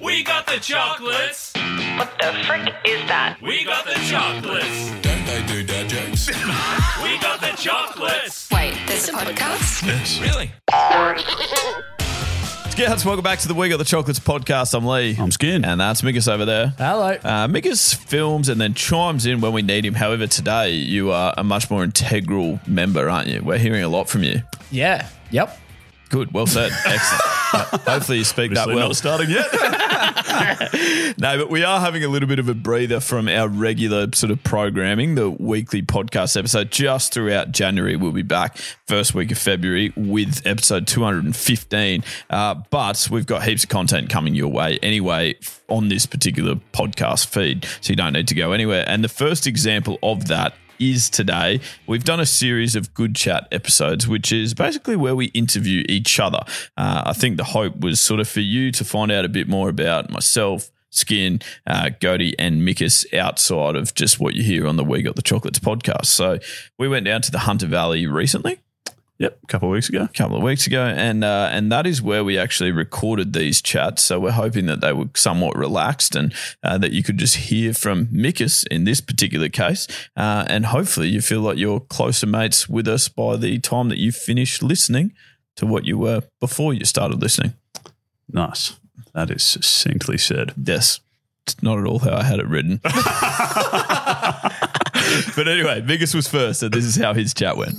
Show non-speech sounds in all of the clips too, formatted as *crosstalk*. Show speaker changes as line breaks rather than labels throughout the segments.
We got the chocolates.
What the frick is that?
We got the chocolates.
Don't they do dad jokes?
We got the chocolates.
Wait, there's a podcast?
Really?
G'day, welcome back to the We Got the Chocolates podcast. I'm Lee.
I'm Skin.
And that's Migas over there.
Hello.
Uh, Migas films and then chimes in when we need him. However, today you are a much more integral member, aren't you? We're hearing a lot from you.
Yeah. Yep.
Good. Well said. Excellent. Uh,
*laughs*
Hopefully you speak that
Obviously
well.
not starting yet.
No, but we are having a little bit of a breather from our regular sort of programming, the weekly podcast episode. Just throughout January, we'll be back first week of February with episode 215. Uh, but we've got heaps of content coming your way anyway on this particular podcast feed, so you don't need to go anywhere. And the first example of that is today. We've done a series of good chat episodes, which is basically where we interview each other. Uh, I think the hope was sort of for you to find out a bit more about myself. Skin, uh, Goaty, and Mikus outside of just what you hear on the We Got the Chocolates podcast. So we went down to the Hunter Valley recently. Yep, a couple of weeks ago. A couple of weeks ago, and uh, and that is where we actually recorded these chats. So we're hoping that they were somewhat relaxed and uh, that you could just hear from Mikus in this particular case, uh, and hopefully you feel like you're closer mates with us by the time that you finish listening to what you were before you started listening.
nice. That is succinctly said.
Yes. It's not at all how I had it written. *laughs* but anyway, Migas was first, so this is how his chat went.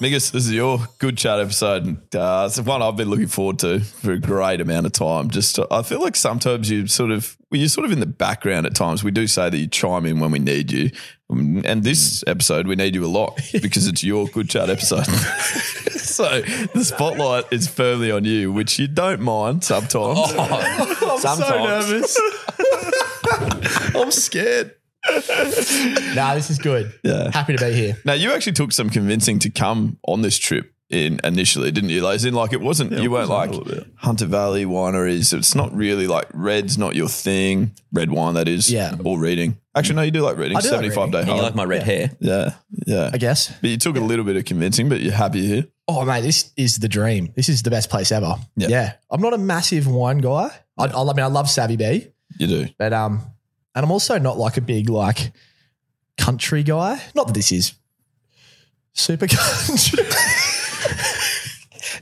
Migas, this is your good chat episode. Uh, it's one I've been looking forward to for a great amount of time. Just, uh, I feel like sometimes you sort of, well, you're sort of in the background at times. We do say that you chime in when we need you, Um, and this episode we need you a lot because it's your good chat episode. *laughs* so the spotlight is firmly on you, which you don't mind sometimes. *laughs* I'm
sometimes.
so nervous. *laughs* I'm scared.
Nah, this is good.
Yeah.
Happy to be here.
Now you actually took some convincing to come on this trip in initially, didn't you? Like, as in, like it wasn't. you weren't like Hunter Valley wineries. It's not really like red's not your thing. Red wine that is.
Yeah.
Or reading. Actually, no, you do like reading.
I do like
Seventy five
reading.
day
And
high.
you
like my red hair.
yeah, yeah.
I guess.
But you took a little bit of convincing, but you're happy here.
Oh, mate, this is the dream. This is the best place ever.
Yeah.
I'm not a massive wine guy. I, I, I mean, I love Savvy B,
You do.
but um, and I'm also not like a big like country guy. Not that this is super *laughs* country.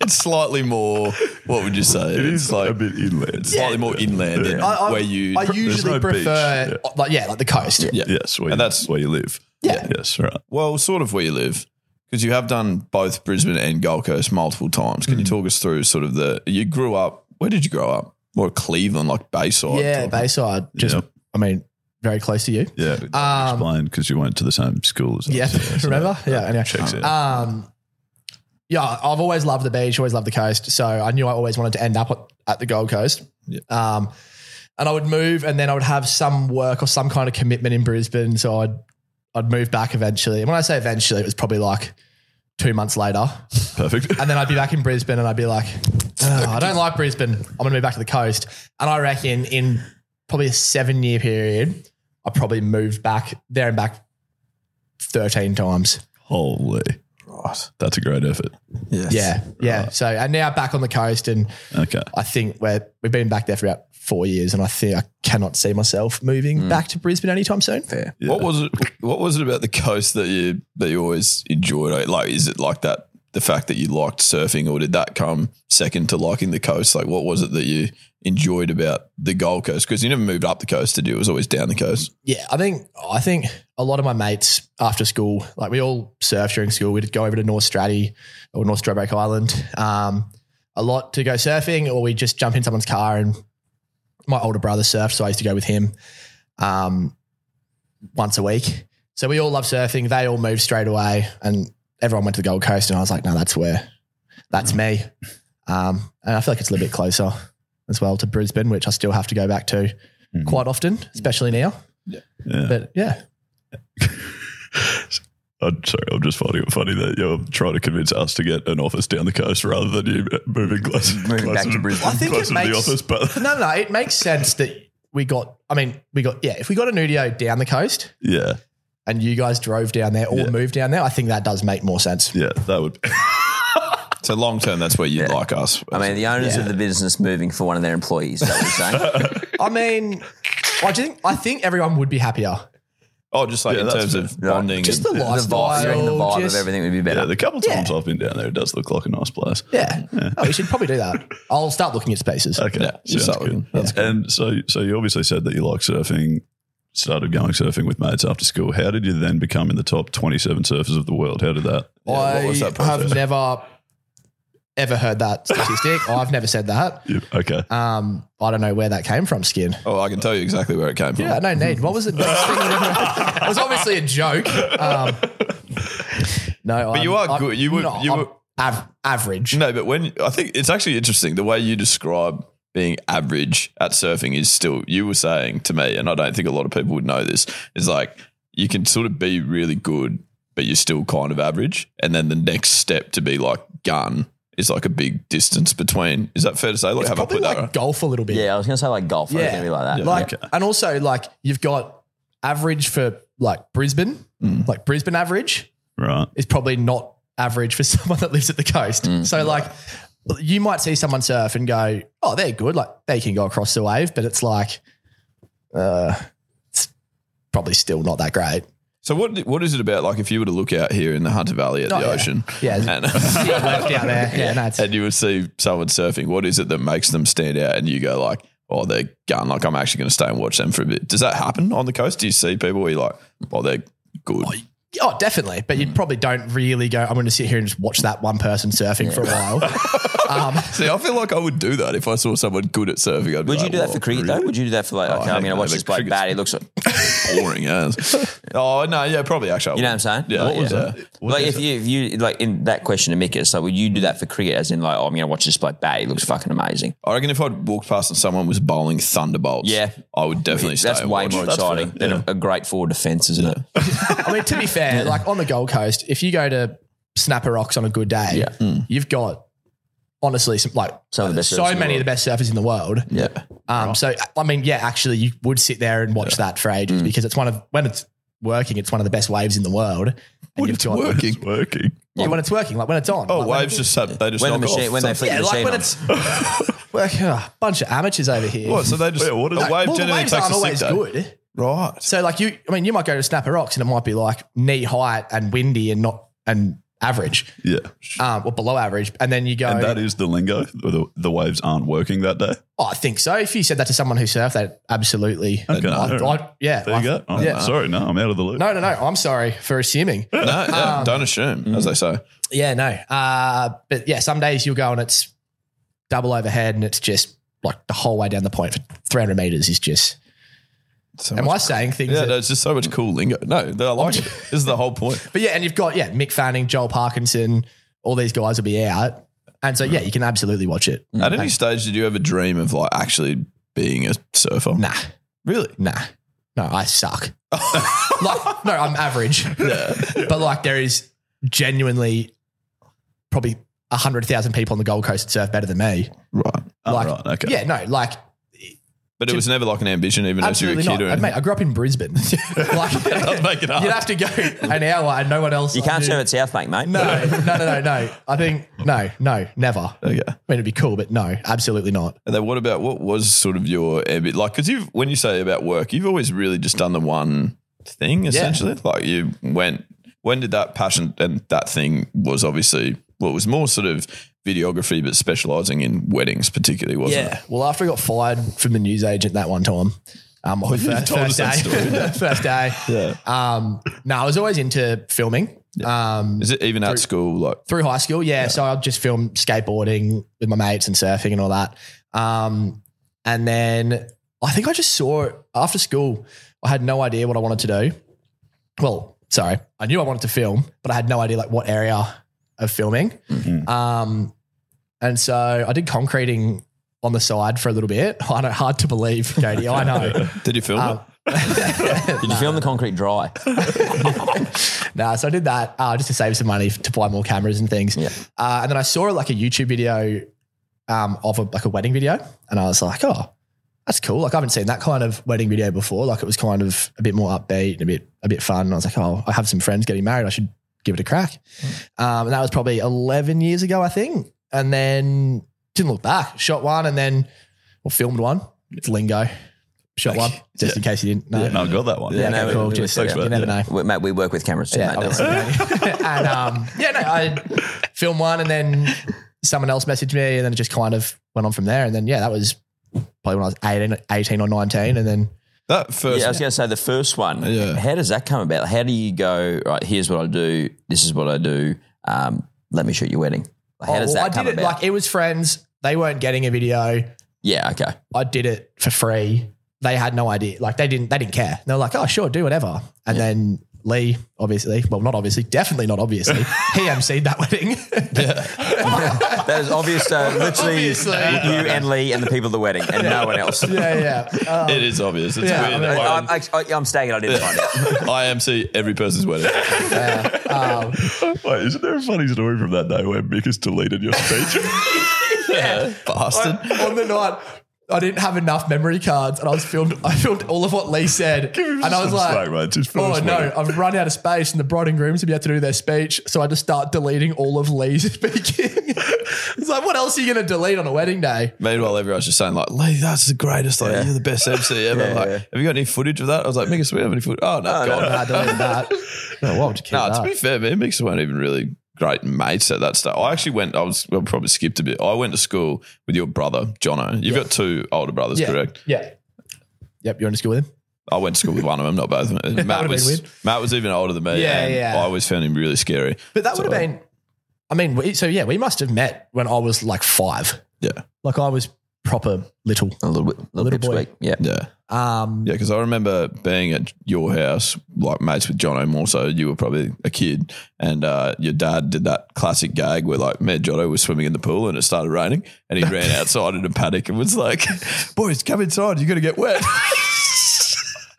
It's slightly more. What would you say? It is like a bit inland. It's slightly more inland than
I, I-
where you.
I usually
no beach.
prefer like yeah, like the coast.
yeah.
Yes, where you,
And that's-
where you live.
Yeah.
Yes, right.
Well, sort of where you live, because you have done both Brisbane and Gold Coast multiple times. Can you
Hmm.
talk us through sort of the you grew up? Where did you grow up? More Cleveland, like Bayside.
yeah,
type.
Bayside. Just
Yep.
I mean, very close to you.
Yeah.
Um,
Explain because you went to the same school as us.
Yeah, *laughs*
so
remember? Yeah, anyway.
Checks out.
Um, yeah, I've always loved the beach, always loved the coast. So I knew I always wanted to end up at, at the Gold Coast.
Yeah.
Um, and I would move, and then I would have some work or some kind of commitment in Brisbane. So I'd I'd move back eventually. And when I say eventually, it was probably like two months later.
Perfect.
And then I'd be back in Brisbane, and I'd be like, "Oh, I don't like Brisbane. I'm going to move back to the coast. And I reckon in probably a seven year period, I probably moved back there and back thirteen times.
Holy. Right. That's a great effort.
Yeah, yeah. So and now back on the coast, and
Okay.
I think we're we've been back there for about four years, and I think I cannot see myself moving back to Brisbane anytime soon. Fair.
What was it? What was it about the coast that you that you always enjoyed? Like, is it like that? The fact that you liked surfing, or did that come second to liking the coast? Like, what was it that you enjoyed about the Gold Coast? Because you never moved up the coast to do; it was always down the coast.
Yeah, I think I think a lot of my mates after school, like we all surfed during school. We'd go over to North Stratty or North Stradbroke Island um, a lot to go surfing, or we just jump in someone's car. And my older brother surfed, so I used to go with him um, once a week. So we all love surfing. They all moved straight away, and everyone went to the Gold Coast. And I was like, no, that's where, that's me. Um, and I feel like it's a little bit closer as well to Brisbane, which I still have to go back to quite often, especially now. But yeah,
I'm sorry, I'm just finding it funny that you're trying to convince us to get an office down the coast rather than you moving closer,
Moving back
closer
to Brisbane. I
think it
closer to the
makes-
office. But *laughs*
no, no, it makes sense that we got. I mean, we got yeah. If we got an Udio down the coast
yeah,
and you guys drove down there or moved down there, I think that does make more sense.
yeah, that would. *laughs*
So long term, that's where you'd like us.
I mean, the owners of the business moving for one of their employees. Is that
*laughs*
what you're saying?
I mean, I do think I think everyone would be happier.
oh, just like
Yeah,
in
that's
terms
fair.
of bonding.
Just
and-
the
the vibe,
lifestyle.
you reckon the vibe
just-
of everything would be
Yeah,
better.
the couple times
Yeah.
I've been down there, it does look like a nice place.
Yeah. Oh, we should probably do that. I'll start looking at spaces.
Okay,
Yeah, you
sounds
start with
good.
them. That's
And so, so you obviously said that you like surfing. Started going surfing with mates after school. How did you then become in the top twenty-seven surfers of the world? How did that?
I
what was that process?
have never ever heard that statistic. I've never said that.
you- okay,
Um, I don't know where that came from, Skin.
oh, I can tell you exactly where it came from.
Yeah, no need. What was the next thing?
*laughs*
it was obviously a joke. Um, no,
But you are good. You were- you were-
av- average.
No, but when I think it's actually interesting the way you describe being average at surfing is still you were saying to me, and I don't think a lot of people would know this. Is like you can sort of be really good, but you're still kind of average, and then the next step to be like gun is like a big distance between. Is that fair to say? Like,
it's
have I
probably
put that
like
right?
golf a little bit.
Yeah, I was going to say like golf. Yeah.
Yeah.
I going to be like that.
like and also like you've got average for like Brisbane,
Mm.
like Brisbane average
right.
is probably not average for *laughs* someone that lives at the coast.
Mm.
so like you might see someone surf and go, oh, they're good, like they can go across the wave, but it's like, uh, it's probably still not that great.
So what what is it about? Like, if you were to look out here in the Hunter Valley at
Oh,
the
yeah.
ocean,
Yeah, it's-
*laughs*
and,
Yeah, left out
*laughs*
there. Yeah, no, it's-
and you would see someone surfing, what is it that makes them stand out? And you go like, oh, they're gun. Like, I'm actually going to stay and watch them for a bit. Does that happen on the coast? Do you see people where you're like, oh, they're good?
Oh, definitely. But you
Mm.
probably don't really go, I'm going to sit here and just watch that one person surfing for
*laughs*
a while. um,
see, I feel like I would do that if I saw someone good at surfing. I'd be
Would you
like,
do that
"Well,
for cricket though? Would you do that for like,
Oh,
okay, I'm
heck
going to
no,
watch
the
this bloke
cricket's-
bat. He looks like,
*laughs* boring as? oh no, yeah, probably actually. I
you know what I'm
would.
saying?
Yeah,
Like,
yeah.
yeah. Like if you, if you, like in that question to Mick, it's like, would you do that for cricket as in like, oh, I'm going to watch this bloke bat. He looks fucking amazing.
I reckon if I'd walked past and someone was bowling thunderbolts,
Yeah.
I would definitely stay.
That's
and
way
watch
more
it. That's fair.
exciting than a, a great forward defense, isn't it?
I mean, to be fair, like on the Gold Coast, if you go to Snapper Rocks on a good day,
Yeah. Mm.
you've got honestly some like
Some of the best
so
surfers in the
many of
world.
the best surfers in the world.
Yeah.
Um, so I mean, yeah, actually, you would sit there and watch that for
Mm.
ages because it's one of when it's working, it's one of the best waves in the world. And
When
you've
it's
got-
working.
It's working.
Yeah, when it's working, like when it's on.
Oh,
like when-
waves just have, they just
When the
knock
machine,
off.
when they flip
yeah,
the
like
machine
when
on.
it's *laughs* working, a bunch of amateurs over here.
What? So they just
Yeah, what is
a
that?
wave
well, the
generally
waves
takes
aren't
a
always
sick day.
good.
Right.
So like you, I mean, you might go to Snapper Rocks and it might be like knee height and windy and not and average,
Yeah,
um, or below average, and then you go.
and that is the lingo. The, the waves aren't working that day.
oh, I think so. If you said that to someone who surfed, that absolutely.
Okay,
I- I-
alright.
yeah,
There
I-
you go.
Oh,
I'm
yeah.
sorry, no, I'm out of the loop.
No, no, no. I'm sorry for assuming. Um,
No, yeah, don't assume, as they say.
yeah, no. Uh, but yeah, some days you'll go and it's double overhead, and it's just like the whole way down the point for 300 meters is just.
So
Am
much-
I saying things?
yeah,
that-
there's just so much cool lingo. No, I like
*laughs*
it. This is the whole point.
But yeah, and you've got yeah, Mick Fanning, Joel Parkinson, all these guys will be out, and so yeah, you can absolutely watch it.
At any stage, did you ever dream of like actually being a surfer?
Nah,
Really?
nah, no, I suck. like, no, I'm average. But like, there is genuinely probably hundred thousand people on the Gold Coast that surf better than me.
Right.
Oh,
Like,
right, okay.
yeah, no, like
But it was never like an ambition, even as you were a
Absolutely
kid
not.
or
Uh, Mate,
anything.
I grew up in Brisbane. *laughs* like,
make it up.
You'd have to go an hour and no one else.
You can't
I knew-
serve at South Bank, mate.
No, *laughs* no, no, no, no. I think no, no, never. I
Okay.
mean, it'd be cool, but no, absolutely not.
And then what about what was sort of your ambit? Like, because you've when you say about work, you've always really just done the one thing essentially. Like you went. When did that passion and that thing was obviously well, it was more sort of videography, but specializing in weddings particularly, wasn't it?
Well, after I got fired from the newsagent that one time, um, on
*laughs*
the
you
fir-
told us
first,
that
day, *laughs* first day, yeah. Um, no, I was always into filming. Um,
Is it even at school? Like,
through high school, yeah. So I just filmed skateboarding with my mates and surfing and all that. Um, and then I think I just saw it after school. I had no idea what I wanted to do. Well, sorry, I knew I wanted to film, but I had no idea like what area of filming.
Mm-hmm.
Um, and so I did concreting on the side for a little bit. *laughs* I know, hard to believe, Katie. I know.
*laughs*
*laughs*
did you film
Um, *laughs*
Did you film the concrete dry?
*laughs* Nah, so I did that uh, just to save some money f- to buy more cameras and things.
Yeah.
Uh, and then I saw like a YouTube video um, of a, like a wedding video, and I was like, oh, that's cool. Like I haven't seen that kind of wedding video before. Like it was kind of a bit more upbeat and a bit a bit fun. And I was like, oh, I have some friends getting married. I should give it a crack.
Mm.
Um, and that was probably eleven years ago, I think. And then didn't look back. Shot one, and then well, filmed one. It's lingo. Shot one, just in case you didn't know.
Yeah, no, I got that one.
Yeah,
no,
okay,
we-
cool.
we-
Just,
thanks
you
for
never know.
We- Mate, we work with cameras too,
Yeah,
mate. Don't
obviously,
worry.
Danny. *laughs*
*laughs*
and um, yeah, no, I film one, and then someone else messaged me, and then it just kind of went on from there. And then yeah, that was probably when I was 18, 18 or nineteen, and then
that first?
Yeah, I was going to say the first one.
Yeah.
How does that come about? How do you go? Right, here's what I do. This is what I do. Um, let me shoot your wedding. How
Oh,
does
well,
that
I
come
did it
about?
like it was friends. They weren't getting a video.
yeah. Okay.
I did it for free. They had no idea. Like they didn't. They didn't care. They were like, oh sure, do whatever. And then. Lee, obviously, well, not obviously, definitely
*laughs*
not obviously. he emceed that wedding.
That is obvious. So literally,
Obviously.
you and Lee and the people at the wedding, and no one else.
*laughs*
*laughs* yeah, yeah. Um,
it is obvious. It's
Yeah,
weird.
I mean-
I'm, I, I'm staying. I didn't find
*laughs*
out.
I MC every person's wedding.
um,
*laughs* Wait, isn't there a funny story from that day where Mick has deleted your
*laughs*
speech?
Bastard.
on the night, I didn't have enough memory cards, and I was filmed. I filmed all of what Lee said, and I was like,
slack, mate. Just film
"Oh
us
no,
later."
I've run out of space." And the bride and grooms have had to do their speech, so I just start deleting all of Lee's *laughs* speaking. it's like, what else are you going to delete on a wedding day?
Meanwhile, everyone's just saying like, "Lee, that's the greatest! Like, you're the best MC ever!" I'm like, have you got any footage of that? I was like, "Mix, we have any footage?" Oh no, God.
I deleted that. *laughs* No, well, just
*laughs*
keep
Nah,
that.
to be fair, man, Mix weren't even really great mates at that stage. I actually went. I was well, probably skipped a bit. I went to school with your brother, Jono. You've got two older brothers,
yeah,
correct?
Yeah. Yep, you went to school with him.
I went to school with one of them, not both of them. Matt
been
was
weird.
Matt was even older than me.
Yeah,
and
yeah.
I always found him really scary.
But that
So,
would have been. I mean, we, so yeah, we must have met when I was like five.
yeah,
Like I was proper little.
A little bit, little,
Little
little
boy.
Yeah.
yeah.
Um,
Yeah, because I remember being at your house, like mates with Jono more so. You were probably a kid, and uh, your dad did that classic gag where like me and Jono was swimming in the pool and it started raining,
*laughs*
and he ran outside in a panic and was like, "Boys, come inside! You're gonna get wet."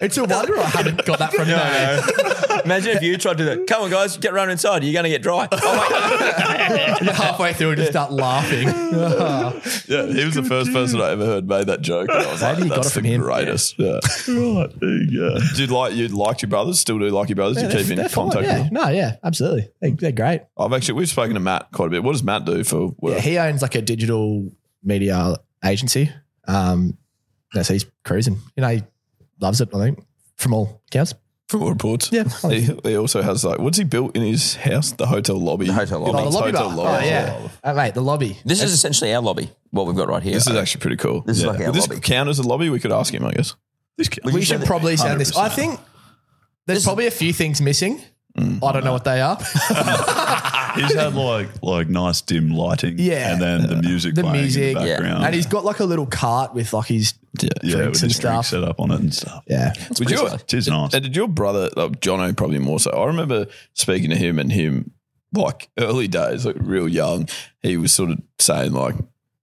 It's a wonder I haven't got *laughs* that from you.
*laughs* Imagine if you tried to do that. Come on, guys, get around inside. You're going to get
*laughs*
dry. Oh
*laughs* You're halfway through and just start *laughs* laughing.
yeah, he was the first person I ever heard made that joke. And I was
Maybe
like,
he got
"That's
it from
the
him."
greatest." Yeah.
Right, there you go.
Do you like you like your brothers? Still do like your brothers? Do you keep in
fine,
contact with
yeah.
them?
No, yeah, absolutely. They, they're great.
I've actually we've spoken to Matt quite a bit. What does Matt do for work?
Yeah, he owns like a digital media agency. Um, no, so he's cruising. You know, he loves it. I think from all accounts.
From all reports.
Yeah.
*laughs* He, he also has like, what's he built in his house? The hotel lobby. The
hotel lobby.
Oh, the lobby
hotel
bar.
lobby.
Oh, yeah, Uh, mate, the lobby.
this is essentially our lobby, what we've got right here. uh,
This is actually pretty cool.
This is like our
Would this
lobby.
count as a lobby? We could ask him, I guess. This
We, should probably sound this. I think there's probably a few things missing. I don't know what *laughs* they are.
He's had like *laughs* like nice dim lighting,
Yeah.
and then the music,
*laughs* The
playing
music,
in the
yeah.
background,
and he's got like a little cart with like his
yeah, with
drinks
his
and
drink
stuff.
set up on it and stuff.
yeah.
Would you,
pretty
It is nice.
and did your brother, like Jono, probably more so? I remember speaking to him and him, like early days, like real young. He was sort of saying, like,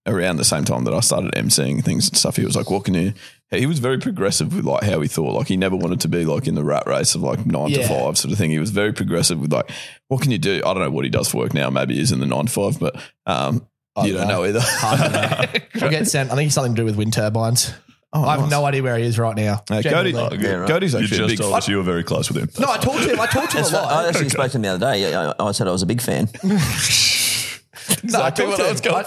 around the same time that I started emceeing things and stuff, he was like walking in. He was very progressive with like how he thought. Like he never wanted to be like in the rat race of like nine to
Yeah.
five sort of thing. He was very progressive with like, what can you do? I don't know what he does for work now. Maybe he's in the nine to five, but um, you don't know, either. *laughs*
We'll get sent. I think it's something to do with wind turbines.
Oh,
I have
nice.
no idea where he is right now.
Uh, Cody,
genuinely.
Yeah, right.
Cody's
You
actually a
just
big
told us you were very close with him.
No, I talked to him. I talked to him a lot.
I actually spoke to him the other day. I, I I said I was a big fan.
*laughs* No, I
Exactly
talked
what
to
I
him.
was going
I-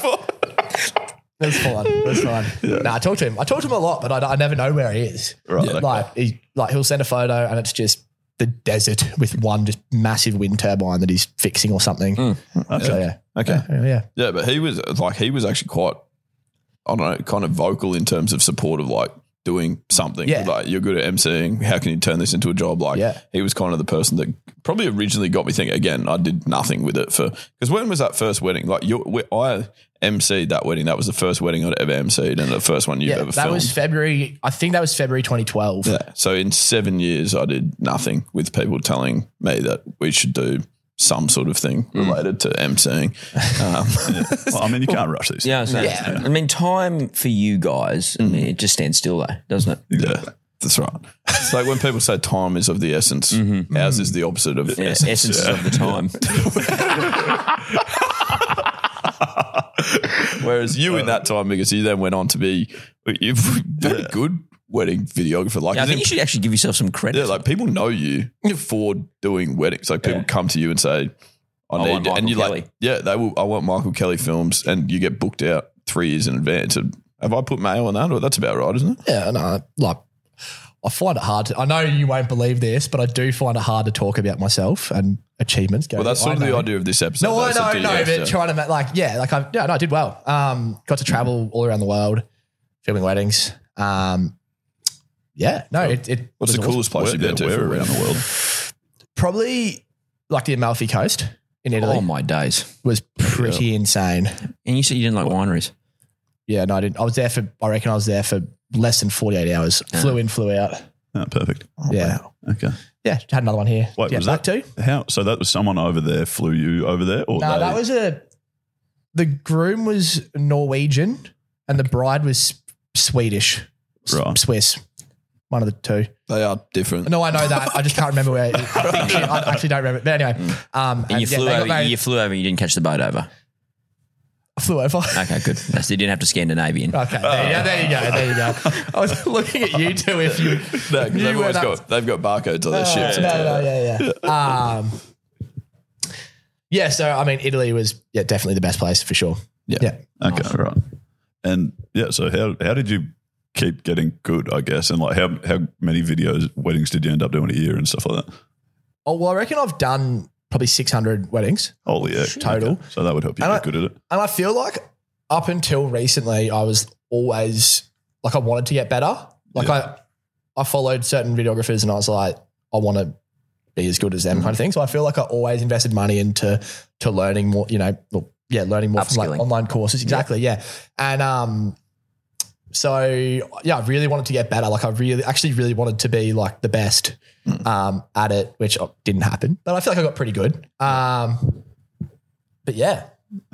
for.
*laughs* That's fine. That's fine. No, I talked to him. I talked to him a lot, but I, I never know where he is.
Right,
Yeah.
okay.
Like he, like he'll send a photo, and it's just the desert with one just massive wind turbine that he's fixing or something. So yeah,
Hmm. Okay.
yeah, yeah.
Yeah, but he was like he was actually quite I don't know, kind of vocal in terms of support of like doing something.
Yeah.
Like you're good at MCing. How can you turn this into a job? Like
Yeah.
he was kind of the person that probably originally got me thinking. Again, I did nothing with it for because when was that first wedding? Like you, we- I MC'd that wedding. That was the first wedding I'd ever MC'd and the first one you've
Yeah,
ever
that
filmed.
was February. I think that was February 2012.
Yeah. So in seven years, I did nothing with people telling me that we should do some sort of thing
Hmm.
related to
*laughs*
MCing. Um,
Well, I mean, you can't rush these.
Yeah, Oh, Mm. so I mean, time for you guys, I mean, it just stands still though, doesn't it?
yeah, that's right. Mm-hmm. It's like when people say time is of the essence, ours is the opposite of
Yeah,
essence.
essences of the time.
*laughs* Whereas you in that time, because you then went on to be you've very good wedding videographer. Like,
Yeah, I
as
think
in-
you should actually give yourself some credit.
yeah, like people know you for doing weddings. Like people come to you and say, I,
want
need,
Michael
and you
Kelly.
like, yeah, they will. I want Michael Kelly films, and you get booked out three years in advance. And have I put mail on that? Or that's about right, isn't it?
Yeah, and I like I find it hard. To, I know you won't believe this, but I do find it hard to talk about myself and achievements.
Well, that's sort of the idea of this episode.
No,
though,
I
is that
know,
the- uh,
no,
yeah,
but
so-
trying to make like yeah, like I yeah, no, I did well. Um, got to travel all around the world, filming weddings. Um, yeah, no, it, it
what's
was
the
awesome.
coolest place
Where,
you've been to?
where
for
around
weddings?
the world? *laughs*
Probably like the Amalfi Coast in Italy
oh my days!
was pretty insane.
And you said you didn't like wineries.
Yeah, no, I didn't. I was there for I reckon I was there for less than forty eight hours. Flew in, flew out.
Oh, perfect.
yeah,
Okay.
yeah, had another one here.
Wait,
Yeah,
was that
too?
How? So that was someone over there flew you over there, or
No,
they-
that was a. The groom was Norwegian and the bride was Swedish, S-
Right.
Swiss, one of the two.
They are different. *laughs*
No, I know that. I just can't remember where. I, think she, I actually don't remember. But anyway,
Mm.
um,
And you
yeah,
flew
they got
over.
married-
You flew over. and You didn't catch the boat over.
flew over.
Okay, good. That's, you didn't have to Scandinavian.
Okay, there, yeah, there you go, there you go. I was *laughs* looking at you two. If you,
No, 'cause
You
they've
were
always
that-
got they've got barcodes
Oh,
on their
no,
ships.
no, yeah, yeah. Um, yeah, so I mean, Italy was yeah definitely the best place for sure.
Yeah.
yeah.
okay, right. And yeah, so how how did you keep getting good? I guess, and like how how many videos weddings did you end up doing a year and stuff like that?
Oh well, I reckon I've done probably six hundred weddings.
Holy heck!
Total.
Okay. So that would help you
And
get
I-
good at it.
And I feel like up until recently, I was always like I wanted to get better. Like I, I followed certain videographers, and I was like, I want to be as good as them, kind of thing. So I feel like I always invested money into to learning more. You know, well, yeah, learning more from
Upskilling.
like online courses. Exactly, yeah. And um, so yeah, I really wanted to get better. Like I really, actually, really wanted to be like the best um, at it, which uh, didn't happen. But I feel like I got pretty good. Um, but yeah,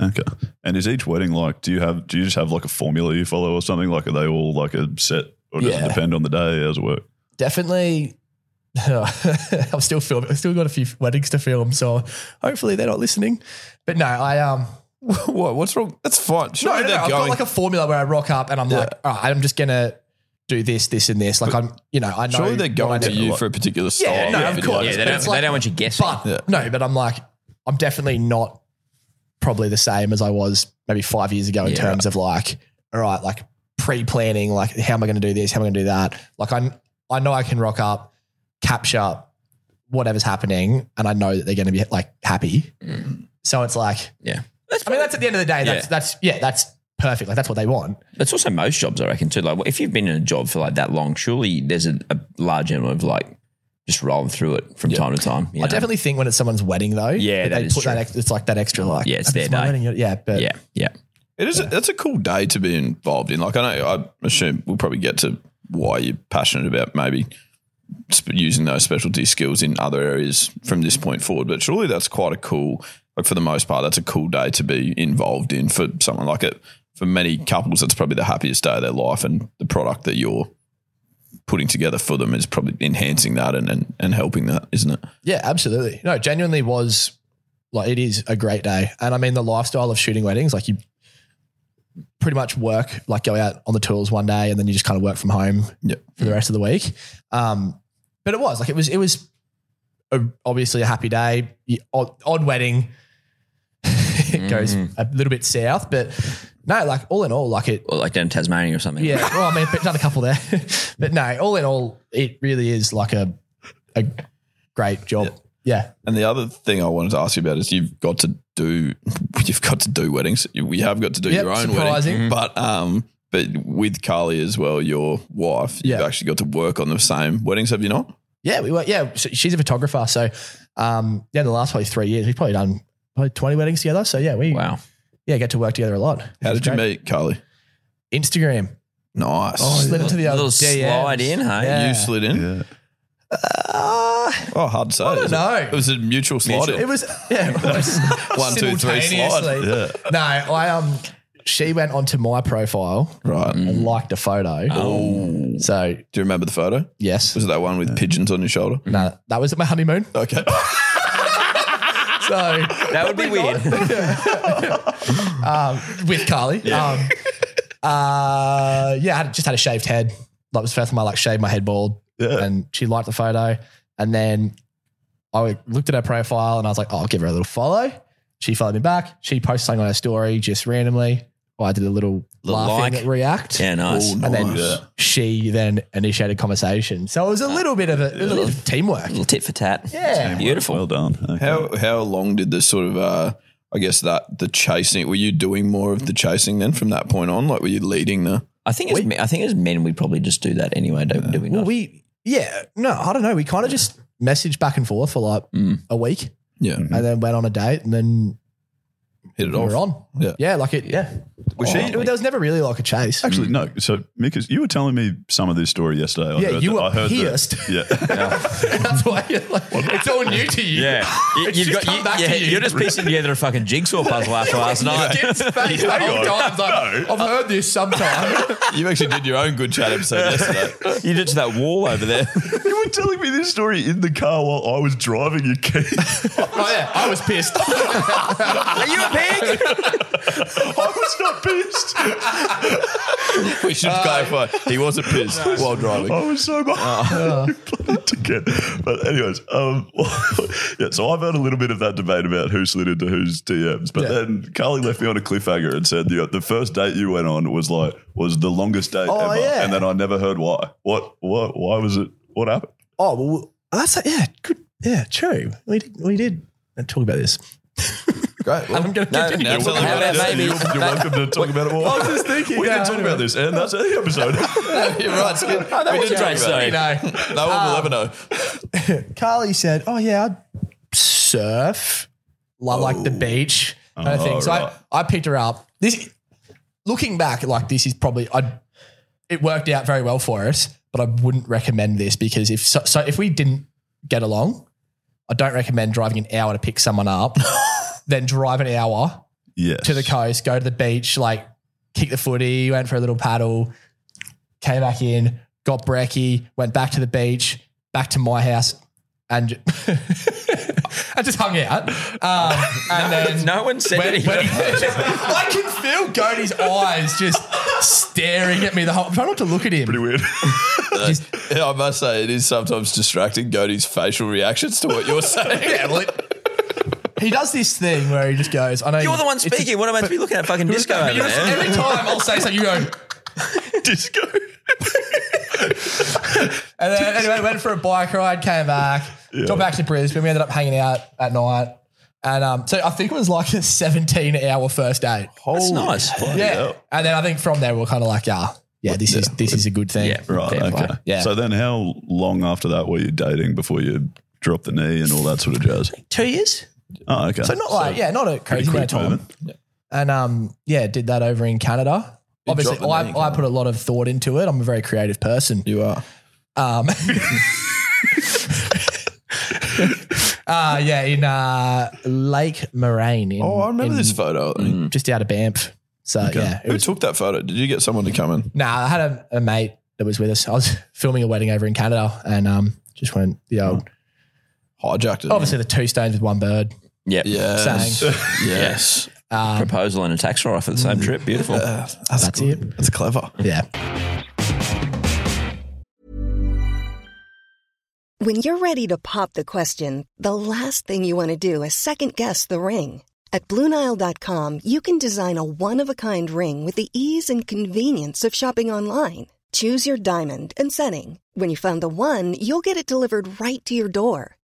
Okay. And is each wedding like? Do you have? Do you just have like a formula you follow or something? Like, are they all like a set, or does
Yeah.
it depend on the day? How's it work?
definitely. *laughs* I'm still filming. I've still got a few weddings to film, so hopefully they're not listening. But no, I um,
*laughs* What? What's wrong? That's fine.
no,
Surely
no, no,
they're
I've got
going.
like a formula where I rock up and I'm like, all right, I'm just gonna do this, this, and this. Like I'm, you know, I know.
surely they're
what
going
I
to
do.
you for a particular style.
Yeah, no, of
video.
course.
Yeah, they
But
don't,
it's like-
they don't want you guessing.
But no, but I'm like, I'm definitely not probably the same as I was maybe five years ago in
Yeah,
terms of like, all right, like pre-planning, like how am I going to do this? How am I going to do that? Like I, I know I can rock up, capture whatever's happening, and I know that they're going to be like happy. So it's like,
Mm. yeah,
I mean, that's at the end of the day. That's
Yeah.
that's yeah, that's perfect. Like that's what they want.
That's also most jobs, I reckon, too. Like, if you've been in a job for like that long, surely there's a, a large element of like just rolling through it from time to time. you
I
know?
definitely think when it's someone's wedding though,
Yeah, that
they
is
put
true.
that ex- it's like that extra like,
Yeah, it's
"Oh,
their
my
day."
wedding, Yeah, but
Yeah, yeah.
It is. A, that's a cool day to be involved in. Like I know. I assume we'll probably get to why you're passionate about maybe sp- using those specialty skills in other areas from this point forward. But surely that's quite a cool. Like for the most part, that's a cool day to be involved in for someone like it. For many couples, that's probably the happiest day of their life, and the product that you're putting together for them is probably enhancing that and and, and helping that, isn't it?
Yeah, absolutely. No, it genuinely was like it is a great day. And I mean the lifestyle of shooting weddings, like you pretty much work, like go out on the tools one day and then you just kind of work from home
Yep.
for the rest of the week. Um, but it was like, it was, it was a, obviously a happy day, You- odd, odd wedding. *laughs* it goes a little bit south, but no, like all in all, like it,
Or like down in Tasmania or something.
yeah. Well, I mean, but another couple there. *laughs* but no, all in all, it really is like a a great job. Yeah.
And the other thing I wanted to ask you about is you've got to do *laughs* you've got to do weddings. We have got to do
Yep,
your own
surprising.
Mm-hmm.
wedding, but um, but with Carly as well, your wife, you've
Yeah.
actually got to work on the same weddings, have you not?
Yeah, we were. Yeah, so she's a photographer. So, um, yeah, the last probably three years, we've probably done probably twenty weddings together. So yeah, we
Wow.
yeah get to work together a lot.
How
It's
did you
great.
meet Carly?
Instagram?
Nice.
Oh,
slid into the
A
other
little slide in, hey?
Yeah.
You slid in.
Yeah.
Uh,
Oh, hard to say. I
don't know.
It was a mutual slide.
it was yeah, it was
*laughs* One, two, three, slide.
simultaneously.
Yeah.
No, I um, she went onto my profile
right.
and liked a photo.
Oh.
So
Do you remember the photo?
yes,
Was it that one with pigeons on your shoulder?
no, that was at
*laughs*
my honeymoon.
Okay.
So
That would be weird.
Um, with Carly. Yeah. Um, uh, yeah, I had- just had a shaved head. That was the first time I like shaved my head bald,
Yeah.
and she liked the photo. And then I looked at her profile, and I was like, oh, "I'll give her a little follow." She followed me back. She posted something on her story just randomly. I did a little,
Little like.
laughing at
*laughs*
react.
yeah, nice. Uh,
Oh,
And then
nice.
she then initiated conversation. So it was a little bit of a, it was a little teamwork.
little tit for tat.
Yeah.
Beautiful.
Well done. Okay.
How how long did the sort of uh, I guess that the chasing? Were you doing more of the chasing then from that point on? Like were you leading the?
I think as me- I think as men we probably just do that anyway, don't do we
Well,
not?
we, yeah, no, I don't know. We kind of just messaged back and forth for like a week
Mm. Yeah,
and then went on a date and then
hit it
we
off.
were on.
Yeah.
Yeah, like it. Yeah.
Was she-
There was never really like a chase.
Actually, no. So, Mikas, you were telling me some of this story yesterday. I
Mm. Yeah,
heard
you
that-
were
I heard that-
pierced. *laughs*
yeah. *laughs*
That's why you're like, it's all new to you.
you,
It's just come back to you.
are just piecing together a fucking jigsaw puzzle after
*laughs*
last night.
Skip's face the whole time. It's like, I've heard
*laughs*
this sometime.
You actually did your own good chat
*laughs*
episode yesterday.
You did to that wall over there.
you were telling me this story in the car while I was driving your Keith.
oh yeah, I was pissed.
Are you a pig?
I was not pissed. I
we should clarify. He wasn't pissed while driving. Uh.
was so *laughs* mad. You bloody dickhead. But anyways, um, *laughs* yeah. So I've had a little bit of that debate about who slid into whose DMs. But
Yeah.
then Carly left me on a cliffhanger and said the, the first date you went on was like was the longest date
Oh,
ever,
yeah.
and then I never heard why. What? What? Why was it? What happened?
oh, well, that's yeah, good. Yeah, true. We did, we did talk about this.
Great. Well,
I'm gonna continue.
No,
You're
absolutely.
How about
welcome to-
maybe-
You're, you're
*laughs*
welcome to talk about it more.
I was just thinking,
We
yeah,
didn't talk
I
about
know.
this, and that's the episode.
uh, *laughs* You're right. Skip.
Oh,
we did drink
so.
that.
You know.
No one will ever know.
*laughs* Carly said, "Oh yeah, I'd surf, I like the beach kind of thing." So
right.
I, I picked her up. This, looking back, like this is probably I. It worked out very well for us, but I wouldn't recommend this because if so, so if we didn't get along, I don't recommend driving an hour to pick someone up, then drive an hour
yes.
to the coast, go to the beach, like kick the footy, went for a little paddle, came back in, got brekkie, went back to the beach, back to my house, and *laughs* I just hung out. Um, and then
No one said
when-
anything.
when- I can feel Goaty's eyes just staring at me the whole. I'm trying not to look at him.
Pretty weird.
*laughs* Yeah, I must say it is sometimes distracting. Goaty's facial reactions
*laughs*
to what you're saying.
*laughs* Yeah, well, it- he does this thing where he just goes, "I know
*laughs* You're the one
it's a-
speaking. What am I supposed to be looking at? Fucking disco
But
over
you just-
there.
every time I'll say something, you go.
Disco.
*laughs* And then anyway, went for a bike ride, came back, got back to Brisbane. We ended up hanging out at night. And um, so I think it was like a 17 hour first date.
That's nice.
yeah. And then I think from there we are kind of like, yeah, yeah, this is this is a good thing.
Yeah.
Right.
Fair play.
okay.
Yeah.
So then, how long after that were you dating before you dropped the knee and all that sort of jazz?
Two years.
Oh, okay.
So not like, yeah, not a crazy
quick
amount of time.
moment.
And um, yeah, did that over in Canada. Obviously,
dropped the
I,
name,
I put a lot of thought into it. I'm a very creative person.
You are.
Um, *laughs* uh, yeah, in uh, Lake Moraine. In,
Oh, I remember
in-
this photo.
just out of Banff. So yeah, it
Who
was.
took that photo? Did you get someone to come in?
Nah, I had a, a mate that was with us. I was *laughs* filming a wedding over in Canada, and um, just went the old.
Hijacked it.
Obviously, the two stones with one bird
Yep.
*laughs* Yes.
saying,
Yes.
proposal and a tax write off at the same trip. Beautiful.
Uh, That's,
That's
good.
it.
That's clever.
Yeah.
When you're ready to pop the question, the last thing you want to do is second guess the ring. At Bluenile.com, you can design a one of a kind ring with the ease and convenience of shopping online. Choose your diamond and setting. When you find the one, you'll get it delivered right to your door.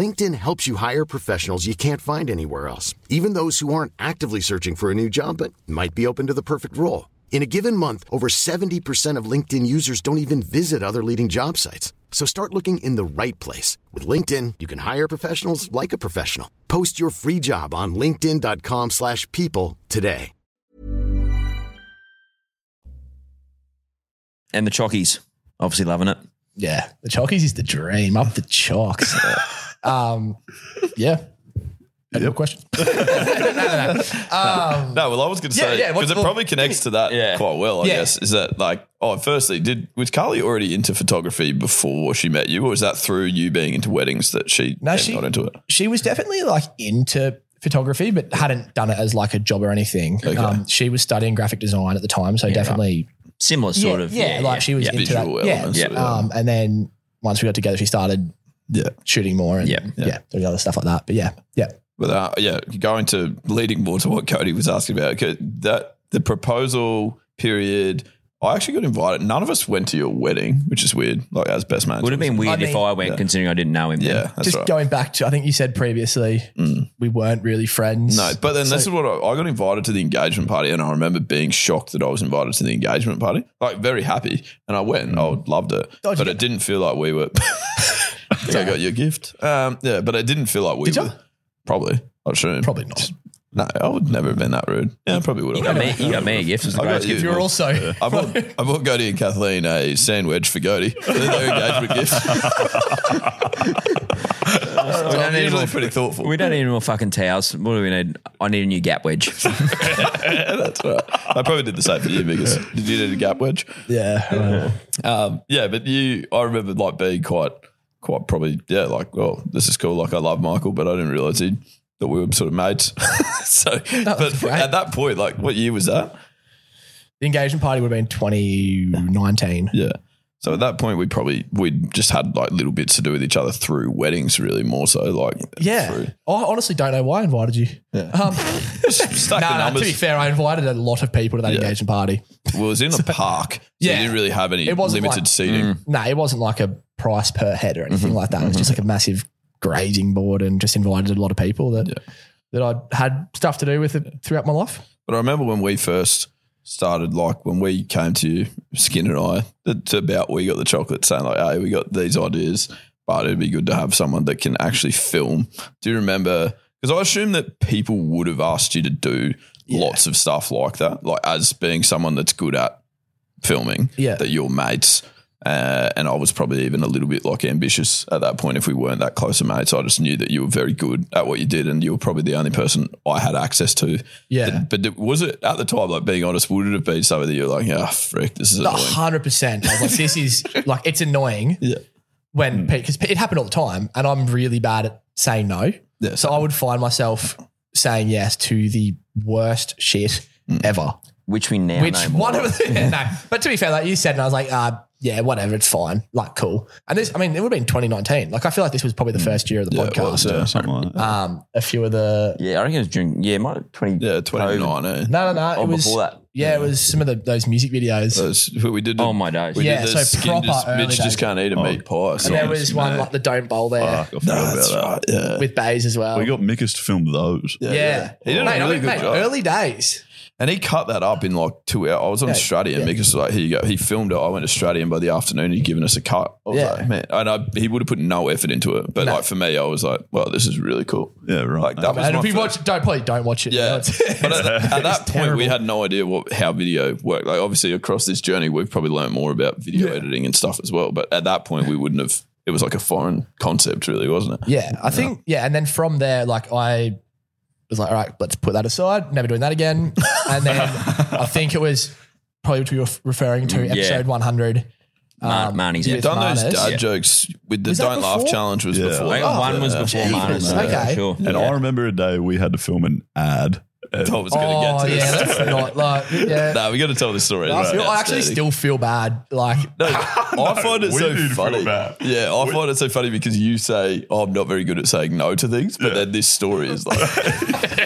LinkedIn helps you hire professionals you can't find anywhere else, even those who aren't actively searching for a new job but might be open to the perfect role. In a given month, over 70% of LinkedIn users don't even visit other leading job sites. So start looking in the right place. With LinkedIn, you can hire professionals like a professional. Post your free job on linkedin.com/people slash people today.
And the Chockies, obviously loving it.
Yeah. The Chalkies is the dream. Up the chalks. um, yeah. Any more questions?
No, well, I was going to
Yeah,
say
yeah,
because
what's
it
the-
probably connects to that
Yeah.
quite well. I
Yeah.
guess is that like oh, firstly, did was Carly already into photography before she met you, or was that through you being into weddings that she
No,
then
she-
got into it?
she was definitely like into photography, but hadn't done it as like a job or anything. Um, she was studying graphic design at the time, so definitely
Similar sort of.
yeah, like she was
yeah.
into
Visual
that. Yeah,
elements
Yeah.
of it.
Um, and then once we got together, she started
Yeah.
shooting more and
Yeah.
yeah, doing other stuff like that. But yeah, yeah,
But uh, yeah, going to leading more to what Cody was asking about, 'cause that the proposal period, I actually got invited. None of us went to your wedding, which is weird. Like as best man,
Would have been weird
I
if
mean-
I went, considering I didn't know him.
Yeah,
then.
that's
just
right. Mm.
going back to I think you said previously we weren't really friends.
No, but then this is what I, I got invited to the engagement party, and I remember being shocked that I was invited to the engagement party. Like very happy, and I went and I loved it,
Dodgy.
but it didn't feel like we were. *laughs* so I got your gift. Um, yeah, but it didn't feel like we
Did ya?
were. Probably, I assume.
probably not.
No, I would never have been that rude. Yeah, I probably would
You
have.
got me. You got me a gift. It was the
I got
greatest
you.
gift.
You're also
I bought, I bought Goody and Kathleen a sandwich for *laughs* Goody. for Their engagement gift.
We
I'm
don't, need
usually
more,
pretty thoughtful.
we don't need any more fucking towels. What do we need? I need a new gap wedge. *laughs*
That's right. I probably did the same for you because did you need a gap wedge?
*laughs* yeah. uh,
Um, yeah, but you, I remember like being quite, quite probably, yeah, like, well, this is cool. Like, I love Michael, but I didn't realize he that we were sort of mates. *laughs* so, but
great.
at that point, like, what year was that?
The engagement party would have been 2019.
Yeah. So at that point, we probably we just had like little bits to do with each other through weddings, really more so. Like,
Yeah,
through-
I honestly don't know why I invited you.
*laughs*
Um, *laughs*
stuck the
No, no,
numbers.
to be fair, I invited a lot of people to that engagement party.
Well, it was
*laughs*
in a park. So
Yeah.
You didn't really have any
It wasn't
limited
like- mm.
seating.
No, it wasn't like a price per head or anything
Mm-hmm.
like that. It was just like a massive grading board and just invited a lot of people that that I had stuff to do with it throughout my life.
But I remember when we first started, like when we came to you, Skin and I, it's about we got the chocolate saying, like, hey, we got these ideas, but it'd be good to have someone that can actually film. Do you remember? Because I assume that people would have asked you to do lots of stuff like that, like as being someone that's good at filming,
Yeah.
that your mates. Uh, and I was probably even a little bit like ambitious at that point. If we weren't that close of mates, I just knew that you were very good at what you did, and you were probably the only person I had access to.
Yeah.
But did- was it at the time, like being honest, would it have been something that you're like, ah, frick, this is annoying?
hundred percent. I was like,
*laughs*
this is like it's annoying.
Yeah. Mm.
When because it happened all the time, and I'm really bad at saying no.
Yeah,
So I would find myself saying yes to the worst shit
Mm.
ever.
which we now
Which
know more
one of the *laughs* no, but to be fair, like you said, and I was like, uh, yeah, whatever, it's fine, like cool. And this, I mean, it would have been 2019. Like I feel like this was probably the first year of the
Mm. Yeah, it was,
podcast.
yeah.
something like that.
Um, a few of the
Yeah, I reckon it was during. Yeah, my twenty.
Yeah, 2019.
no, no, no,
Oh,
it was
before that.
yeah, it was some of the, those music videos.
That's what we did.
Oh my days. Oh.
We
Yeah,
did
so
the skin
proper
just,
early
Mitch
days.
just can't eat a meat pie. So
and there was one like the don't bowl there
Fuck, I forgot about
That's
that.
right, yeah.
with Bays as well.
We got Mickus to film those.
yeah,
He did a
Mate, I
really
mean,
good
mate,
job.
early days.
And he cut that up in like two hours. I was on Stradian because like here you go. He filmed it. I went to Stradian by the afternoon. He'd given us a cut. I was
Yeah.
like, man, and I, he would have put no effort into it. But like for me, I was like, well, this is really cool.
Yeah, right.
Like that was
And
my
if you
first-
watch, don't please don't watch it. You know,
yeah,
*laughs* it's-
but at, at that point, we
terrible.
had no idea what how video worked. Like, obviously, across this journey, we've probably learned more about video editing and stuff as well. But at that point, we wouldn't have. It was like a foreign concept, really, wasn't it?
Yeah, I think yeah, and then from there, like I was like, all right, let's put that aside. Never doing that again. And then I think it was probably what you were referring
Mm,
to, episode one hundred.
Mar- Marnie's
yeah.
out.
Done those
Marnus.
dad
Yeah.
jokes with the
Was that
"Don't Laugh"
before? Oh.
challenge was
Yeah.
before.
I
that.
got one was before
Jesus,
Marnie's.
okay.
Oh, Okay. Sure.
And I remember a day we had to film an ad. And
I was going to
Oh
get to
yeah,
this.
that's not like
*laughs*
yeah.
*laughs*
Nah, we got to tell this story.
I,
It's
feel, I actually
outstanding.
still feel bad. Like
No,
*laughs*
I find it
we
so
did feel
funny.
bad.
Yeah, I find it so funny because you say "Oh, I'm not very good at saying no to things, but then this story is like,
*laughs*